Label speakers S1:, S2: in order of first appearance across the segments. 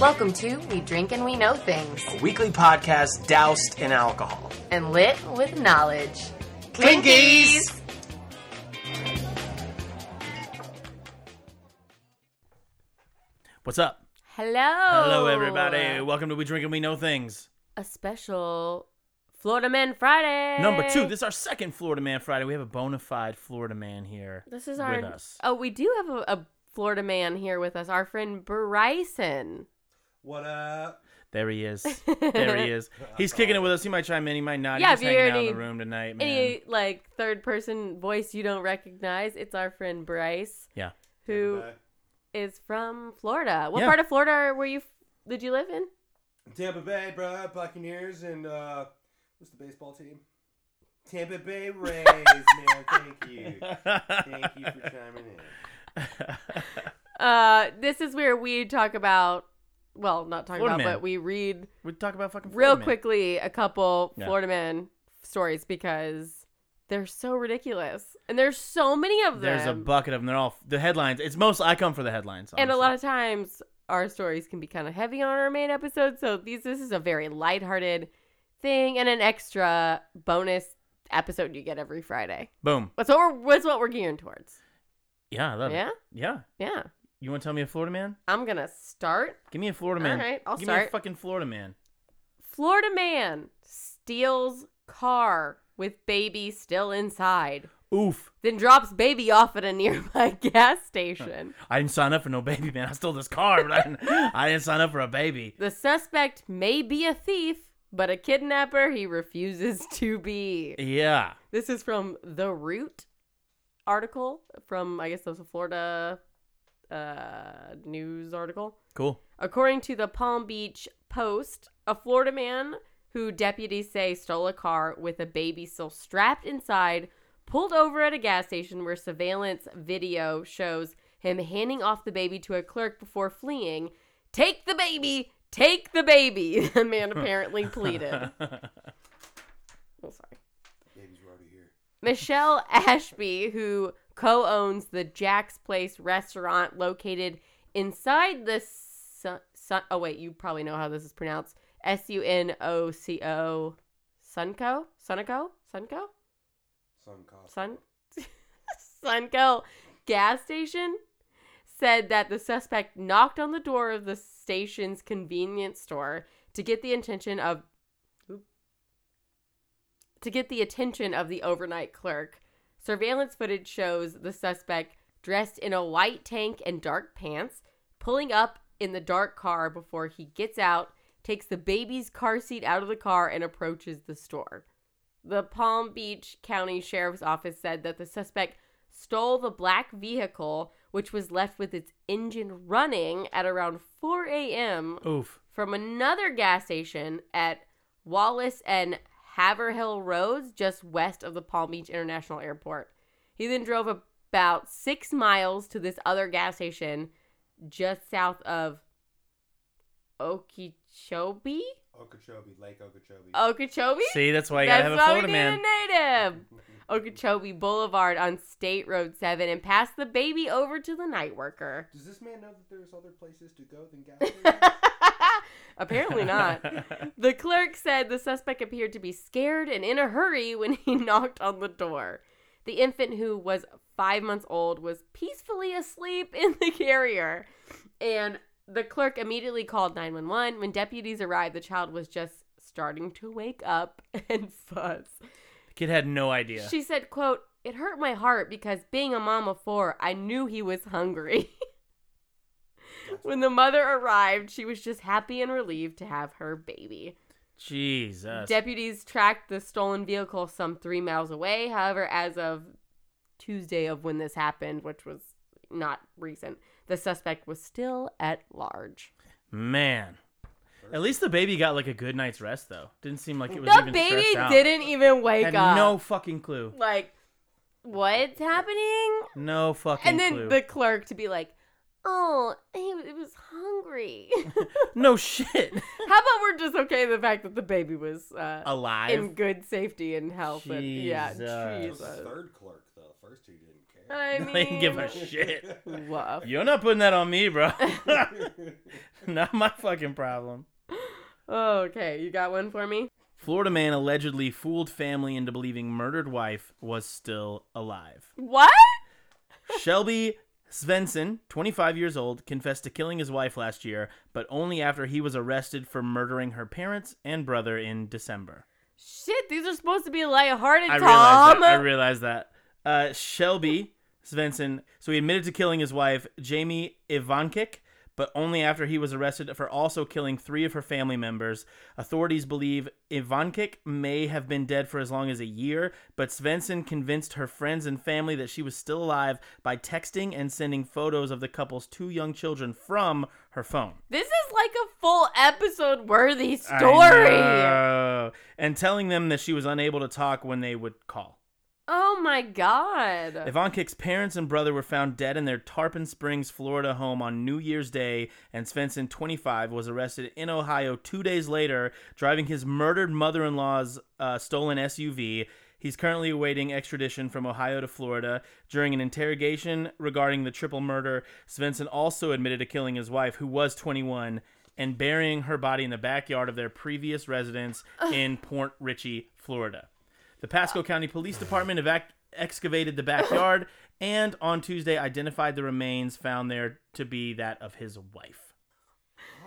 S1: Welcome to We Drink and We Know Things,
S2: a weekly podcast doused in alcohol.
S1: and lit with knowledge.
S2: Clinkies!
S3: What's up?
S1: Hello!
S3: Hello, everybody. Welcome to We Drink and We Know Things.
S1: A special Florida Man Friday.
S3: Number two. This is our second Florida Man Friday. We have a bona fide Florida man here.
S1: This is our.
S3: with us.
S1: Oh, we do have a, a Florida man here with us, our friend Bryson.
S4: What up?
S3: There he is. There he is. He's kicking it with us. He might chime in. He might not.
S1: Yeah,
S3: He's
S1: if you
S3: hanging out
S1: already-
S3: in the room tonight, man.
S1: Any like third person voice you don't recognize, it's our friend Bryce,
S3: yeah.
S1: who is from Florida. What
S3: Yeah.
S1: part of Florida were you? Did you live in?
S4: Tampa Bay, bruh, Buccaneers, and uh, what's the baseball team? Tampa Bay Rays, man. Thank you, thank you for chiming in.
S1: Uh, this is where we talk about, well, not talk
S3: Florida
S1: about,
S3: man.
S1: but we read
S3: we talk about fucking Florida
S1: real
S3: man.
S1: quickly a couple
S3: Yeah.
S1: Florida man stories because they're so ridiculous, and there's so many of them.
S3: There's a bucket of them. They're all the headlines. It's most I come for the headlines.
S1: and a
S3: honestly.
S1: lot of times our stories can be kind of heavy on our main episode, so these this is a very lighthearted thing and an extra bonus episode you get every Friday.
S3: boom.
S1: That's what we're that's what we're gearing towards.
S3: Yeah, I love
S1: Yeah?
S3: it. Yeah.
S1: Yeah,
S3: You want to tell me a Florida man?
S1: I'm gonna start.
S3: Give me a Florida man.
S1: All right, I'll
S3: Give me
S1: start.
S3: a fucking Florida man.
S1: Florida man steals car with baby still inside,
S3: Oof.
S1: then drops baby off at a nearby gas station.
S3: I didn't sign up for no baby, man. I stole this car, but I didn't, I didn't sign up for a baby.
S1: The suspect may be a thief, but a kidnapper he refuses to be.
S3: Yeah.
S1: This is from the Root article from I guess that was a Florida uh, news article.
S3: Cool.
S1: According to the Palm Beach Post, a Florida man who deputies say stole a car with a baby still strapped inside pulled over at a gas station where surveillance video shows him handing off the baby to a clerk before fleeing. Take the baby! Take the baby! The man apparently pleaded. Oh, sorry.
S4: Babies were already here.
S1: Michelle Ashby, who co owns the Jack's Place restaurant located inside the Sun. Sun oh, wait, you probably know how this is pronounced S U N O C O. Sunco? Sunco? Sunco?
S4: Sun cost.
S1: Sun. Sunco gas station said that the suspect knocked on the door of the station's convenience store to get the attention of oop, to get the attention of the overnight clerk. Surveillance footage shows the suspect dressed in a white tank and dark pants pulling up in the dark car before he gets out, takes the baby's car seat out of the car and approaches the store. The Palm Beach County Sheriff's Office said that the suspect stole the black vehicle, which was left with its engine running at around 4 a.m.
S3: Oof.
S1: from another gas station at Wallace and Haverhill Roads, just west of the Palm Beach International Airport. He then drove about six miles to this other gas station just south of Okeechobee?
S4: Okeechobee, Lake Okeechobee.
S3: Oh,
S1: Okeechobee?
S3: See, that's why you gotta
S1: That's
S3: have a
S1: why we
S3: Florida man.
S1: need a native. Okeechobee Boulevard on State Road 7 and pass the baby over to the night worker.
S4: Does this man know that there's other places to go than gas stations?
S1: Apparently not. the clerk said the suspect appeared to be scared and in a hurry when he knocked on the door. The infant, who was five months old, was peacefully asleep in the carrier. And the clerk immediately called 911. When deputies arrived, the child was just starting to wake up and fuzz.
S3: Kid had no idea.
S1: She said, quote, it hurt my heart because being a mom of four, I knew he was hungry. when the mother arrived, she was just happy and relieved to have her baby.
S3: Jesus.
S1: Deputies tracked the stolen vehicle some three miles away. However, as of Tuesday of when this happened, which was not recent, the suspect was still at large.
S3: man. At least the baby got like a good night's rest though. Didn't seem like it was
S1: The
S3: even
S1: baby
S3: stressed out.
S1: didn't even wake
S3: Had
S1: up.
S3: no fucking clue.
S1: Like, what's happening?
S3: No fucking
S1: and then
S3: clue.
S1: the clerk to be like, oh, he, w- it was hungry.
S3: No shit.
S1: How about we're just okay with the fact that the baby was uh,
S3: Alive.
S1: in good safety and health? And, yeah,
S3: Jesus.
S4: This
S1: Jesus.
S4: is third clerk though. First two didn't care.
S1: I mean,
S3: they didn't give a Oh, shit.
S1: woof.
S3: You're not putting that on me, bro. not my fucking problem.
S1: Oh, Okay, you got one for me?
S3: Florida man allegedly fooled family into believing murdered wife was still alive.
S1: What?
S3: Shelby Svensson, 25 years old, confessed to killing his wife last year, but only after he was arrested for murdering her parents and brother in December.
S1: Shit, these are supposed to be lighthearted,
S3: I realized
S1: Tom.
S3: that. I realized that. Uh, Shelby Svensson, so he admitted to killing his wife, Jamie Ivankic, but only after he was arrested for also killing three of her family members. Authorities believe Ivankic may have been dead for as long as a year, but Svensson convinced her friends and family that she was still alive by texting and sending photos of the couple's two young children from her phone.
S1: this is like a full episode worthy
S3: I
S1: story.
S3: know. And telling them that she was unable to talk when they would call.
S1: Oh my god.
S3: Ivankic's parents and brother were found dead in their Tarpon Springs, Florida home on New Year's Day, and Svensson, 25, was arrested in Ohio two days later, driving his murdered mother in law's uh, stolen SUV. He's currently awaiting extradition from Ohio to Florida. During an interrogation regarding the triple murder, Svensson also admitted to killing his wife, who was 21, and burying her body in the backyard of their previous residence in Port Richey, Florida. The Pasco County Police Department evac- excavated the backyard and on Tuesday identified the remains found there to be that of his wife.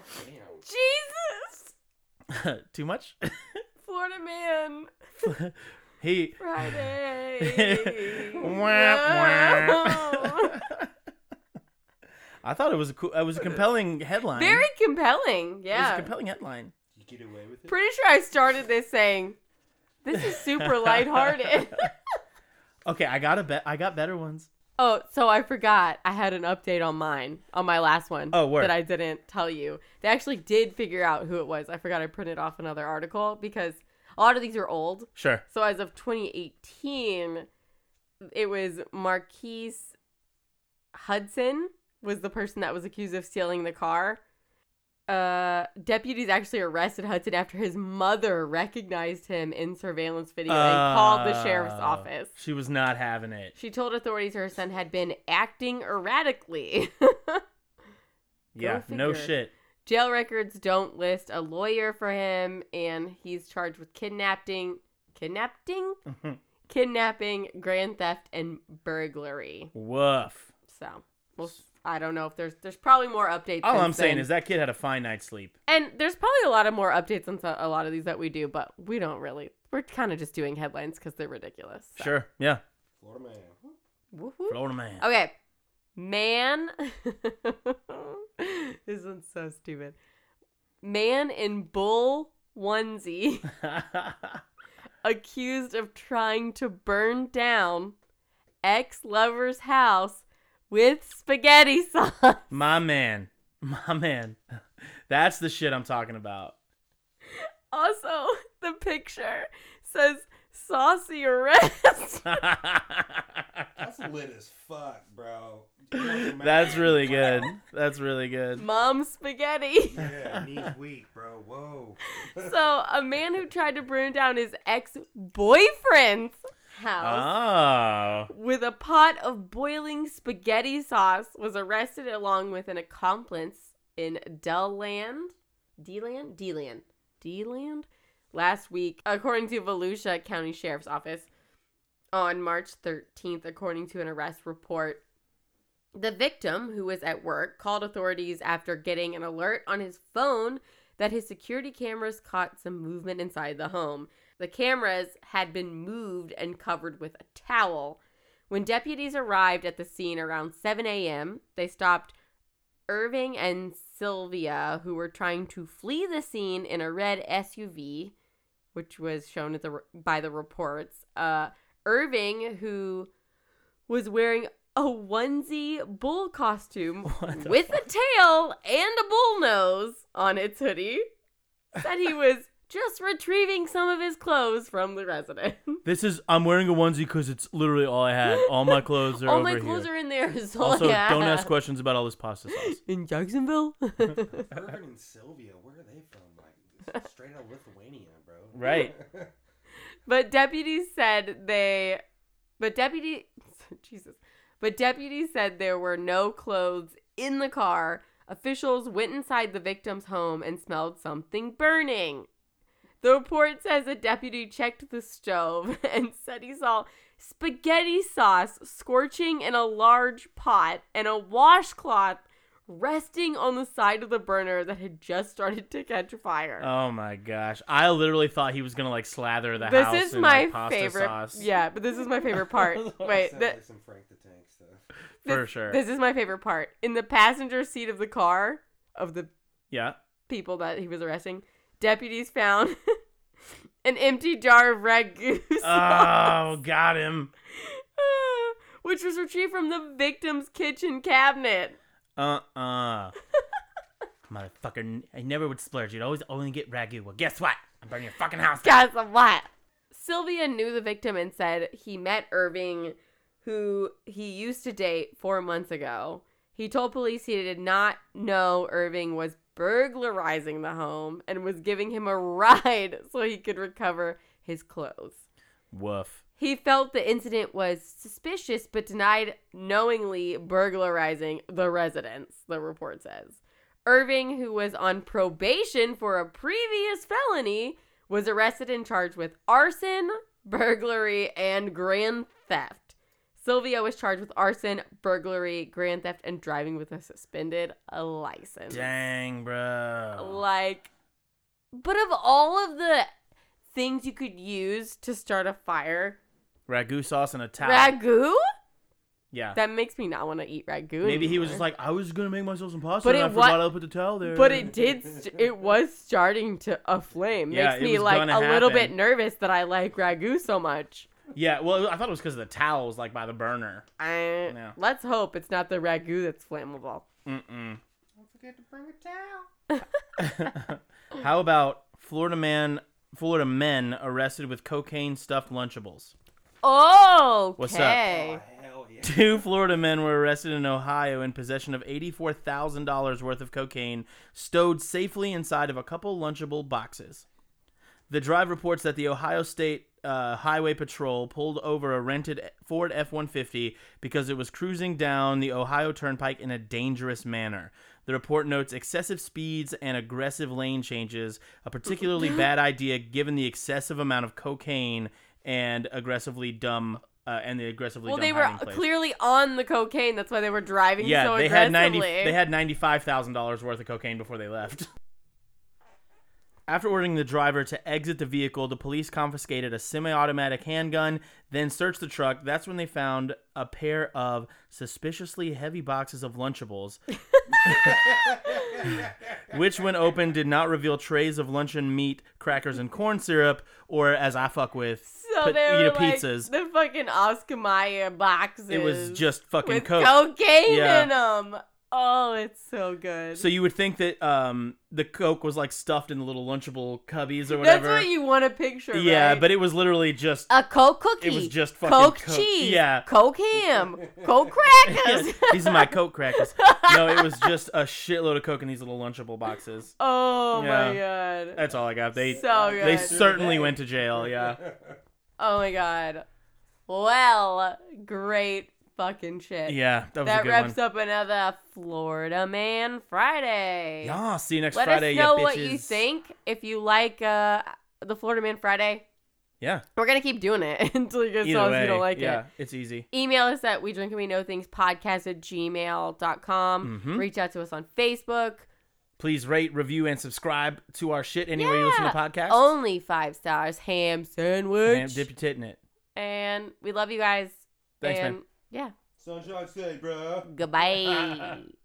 S1: Jesus!
S3: Too much?
S1: Florida man.
S3: he.
S1: Friday.
S3: Wah,
S1: No.
S3: wah. I thought it was a cool. It was a compelling headline.
S1: Very compelling.
S3: It was a
S1: Yeah.
S3: compelling headline.
S4: You get away with it.
S1: Pretty sure I started this saying, this is super lighthearted.
S3: Okay, I got a bet. I got better ones.
S1: Oh, so I forgot. I had an update on mine, on my last one.
S3: Oh, word.
S1: That I didn't tell you. They actually did figure out who it was. I forgot I printed off another article because a lot of these are old.
S3: Sure.
S1: So as of 2018, it was Marquise Hudson was the person that was accused of stealing the car. Uh, deputies actually arrested Hudson after his mother recognized him in surveillance video and called the sheriff's
S3: Oh,
S1: office.
S3: She was not having it.
S1: She told authorities her son had been acting erratically.
S3: yeah. No
S1: figure.
S3: shit.
S1: Jail records don't list a lawyer for him, and he's charged with kidnapping, kidnapping, kidnapping, grand theft, and burglary.
S3: Woof.
S1: So, well, I don't know if there's there's probably more updates.
S3: All
S1: since
S3: I'm saying
S1: then.
S3: is that kid had a fine night's sleep.
S1: and there's probably a lot of more updates on so- a lot of these that we do, but we don't really. We're kind of just doing headlines because they're ridiculous. so.
S3: Sure. Yeah.
S4: Florida man.
S1: Woohoo.
S3: Florida man.
S1: Okay. Man. this one's so stupid. Man in bull onesie Oh, accused of trying to burn down ex lover's house with spaghetti sauce.
S3: My man. My man. That's the shit I'm talking about.
S1: Also, the picture says saucy arrest.
S4: That's lit as fuck, bro.
S3: That's really good. That's really good.
S1: Mom spaghetti.
S4: Yeah, knees weak, bro. Whoa.
S1: So, a man who tried to burn down his ex boyfriend's house.
S3: Oh.
S1: with a pot of boiling spaghetti sauce was arrested along with an accomplice in Deland, Deland, Deland, Deland last week, according to Volusia County Sheriff's Office on March 13th, according to an arrest report. The victim, who was at work, called authorities after getting an alert on his phone that his security cameras caught some movement inside the home. The cameras had been moved and covered with a towel. When deputies arrived at the scene around 7 a.m., they stopped Irving and Sylvia, who were trying to flee the scene in a red SUV, which was shown at the, by the reports. Uh, Irving, who was wearing a onesie bull costume
S3: What the
S1: with a tail and a bull nose on its hoodie, said he was just retrieving some of his clothes from the resident.
S3: This is I'm wearing a onesie because it's literally all I had. All my clothes are
S1: all
S3: over
S1: my clothes
S3: here.
S1: are in there. Is all
S3: also,
S1: I
S3: don't ask
S1: have.
S3: questions about all this pasta sauce.
S1: In Jacksonville?
S4: Irvin and Sylvia, where are they from? Like straight out of Lithuania, bro.
S3: Right.
S1: But deputies said they, but deputy, Jesus, but deputies said there were no clothes in the car. Officials went inside the victim's home and smelled something burning. The report says a deputy checked the stove and said he saw spaghetti sauce scorching in a large pot and a washcloth resting on the side of the burner that had just started to catch fire.
S3: Oh my gosh! I literally thought he was gonna like slather the
S1: this
S3: house
S1: is
S3: in
S1: my
S3: like, pasta
S1: favorite.
S3: sauce.
S1: Yeah, but this is my favorite part. Wait,
S4: Sounds
S1: th-
S4: like some Frank the Tank stuff.
S1: this,
S3: for sure.
S1: This is my favorite part. In the passenger seat of the car of the
S3: yeah.
S1: people that he was arresting, deputies found an empty jar of ragu
S3: Oh,
S1: sauce,
S3: got him.
S1: which was retrieved from the victim's kitchen cabinet.
S3: Uh uh Motherfucker, I never would splurge. You'd always only get ragu. Well, guess what? I'm burning your fucking house down.
S1: Guess what? Sylvia knew the victim and said he met Irving, who he used to date four months ago. He told police he did not know Irving was burglarizing the home and was giving him a ride so he could recover his clothes.
S3: Woof.
S1: He felt the incident was suspicious but denied knowingly burglarizing the residence, the report says. Irving, who was on probation for a previous felony, was arrested and charged with arson, burglary, and grand theft. Sylvia was charged with arson, burglary, grand theft, and driving with a suspended license
S3: Dang, bro.
S1: like but of all of the things you could use to start a fire
S3: Ragu sauce and a towel.
S1: ragu
S3: yeah.
S1: that makes me not want to eat ragu
S3: Maybe he was
S1: anymore.
S3: just like, I was gonna make myself some pasta,
S1: But
S3: but and I
S1: it wa-
S3: forgot I put the towel there.
S1: but it did st- it was starting to aflame
S3: "Uh, Yeah,
S1: makes
S3: it
S1: me
S3: was
S1: like a
S3: gonna
S1: little bit
S3: happen.
S1: nervous that i like ragu so much
S3: Yeah. Well, I thought it was because the towel was like by the burner.
S1: I,
S3: No.
S1: let's hope it's not the ragu that's flammable
S3: Mm
S4: Don't forget to bring a towel.
S3: mm. How about Florida man, Florida men arrested with cocaine stuffed Lunchables?
S1: oh
S3: What's up?
S1: okay.
S4: Oh, hell yeah.
S3: Two Florida men were arrested in Ohio in possession of $84,000 worth of cocaine stowed safely inside of a couple Lunchable boxes. The drive reports that the Ohio State uh, Highway Patrol pulled over a rented Ford F 150 because it was cruising down the Ohio Turnpike in a dangerous manner. The report notes excessive speeds and aggressive lane changes, a particularly bad idea given the excessive amount of cocaine and aggressively dumb. Uh, and the aggressively
S1: well
S3: dumb
S1: they were
S3: hiding place.
S1: clearly on the cocaine that's why they were driving
S3: Yeah,
S1: so
S3: they had ninety.
S1: aggressively
S3: They had ninety-five thousand dollars worth of cocaine before they left. After ordering the driver to exit the vehicle, the police confiscated a semi-automatic handgun, then searched the truck. That's when they found a pair of suspiciously heavy boxes of Lunchables, which, when opened, did not reveal trays of luncheon meat, crackers, and corn syrup, or as I fuck with,
S1: So
S3: put-
S1: they
S3: you know,
S1: were like
S3: pizzas.
S1: the fucking Oscar Mayer boxes.
S3: It was just fucking
S1: with
S3: coke.
S1: cocaine
S3: Yeah.
S1: in them. Oh, it's so good.
S3: So you would think that um, the coke was like stuffed in the little lunchable cubbies or
S1: That's
S3: whatever.
S1: what you want to picture.
S3: yeah,
S1: right? Uh,
S3: but it was literally just
S1: a Coke cookie.
S3: It was just fucking
S1: Coke,
S3: Coke.
S1: cheese.
S3: Yeah.
S1: Coke ham. Coke crackers.
S3: these are my coke crackers. No, it was just a shitload of coke in these little lunchable boxes.
S1: oh my god.
S3: That's all I got. Uh, They
S1: So good.
S3: they certainly went to jail. Yeah,
S1: oh my god. Well, great fucking shit.
S3: yeah, that was a
S1: That
S3: good
S1: wraps
S3: one.
S1: up another Florida Man Friday.
S3: Yeah, see you next
S1: Let
S3: Friday.
S1: us
S3: ya
S1: know what you
S3: bitches.
S1: think. If you like uh, the Florida Man Friday,
S3: Yeah,
S1: we're gonna keep doing it until you guys tell
S3: either
S1: us
S3: way,
S1: you don't like
S3: yeah,
S1: it.
S3: it's easy.
S1: Email us at we drink and we know things podcast at gmail.com.
S3: Mhm.
S1: Reach out to us on Facebook.
S3: Please rate, review, and subscribe to our shit anywhere you listen to
S1: Yeah. Oh
S3: podcasts.
S1: Only five stars. Ham sandwich.
S3: and dip your tit in it.
S1: and we love you guys.
S3: Thanks, man.
S1: and yeah.
S4: Sunshine State, bro.
S1: Goodbye.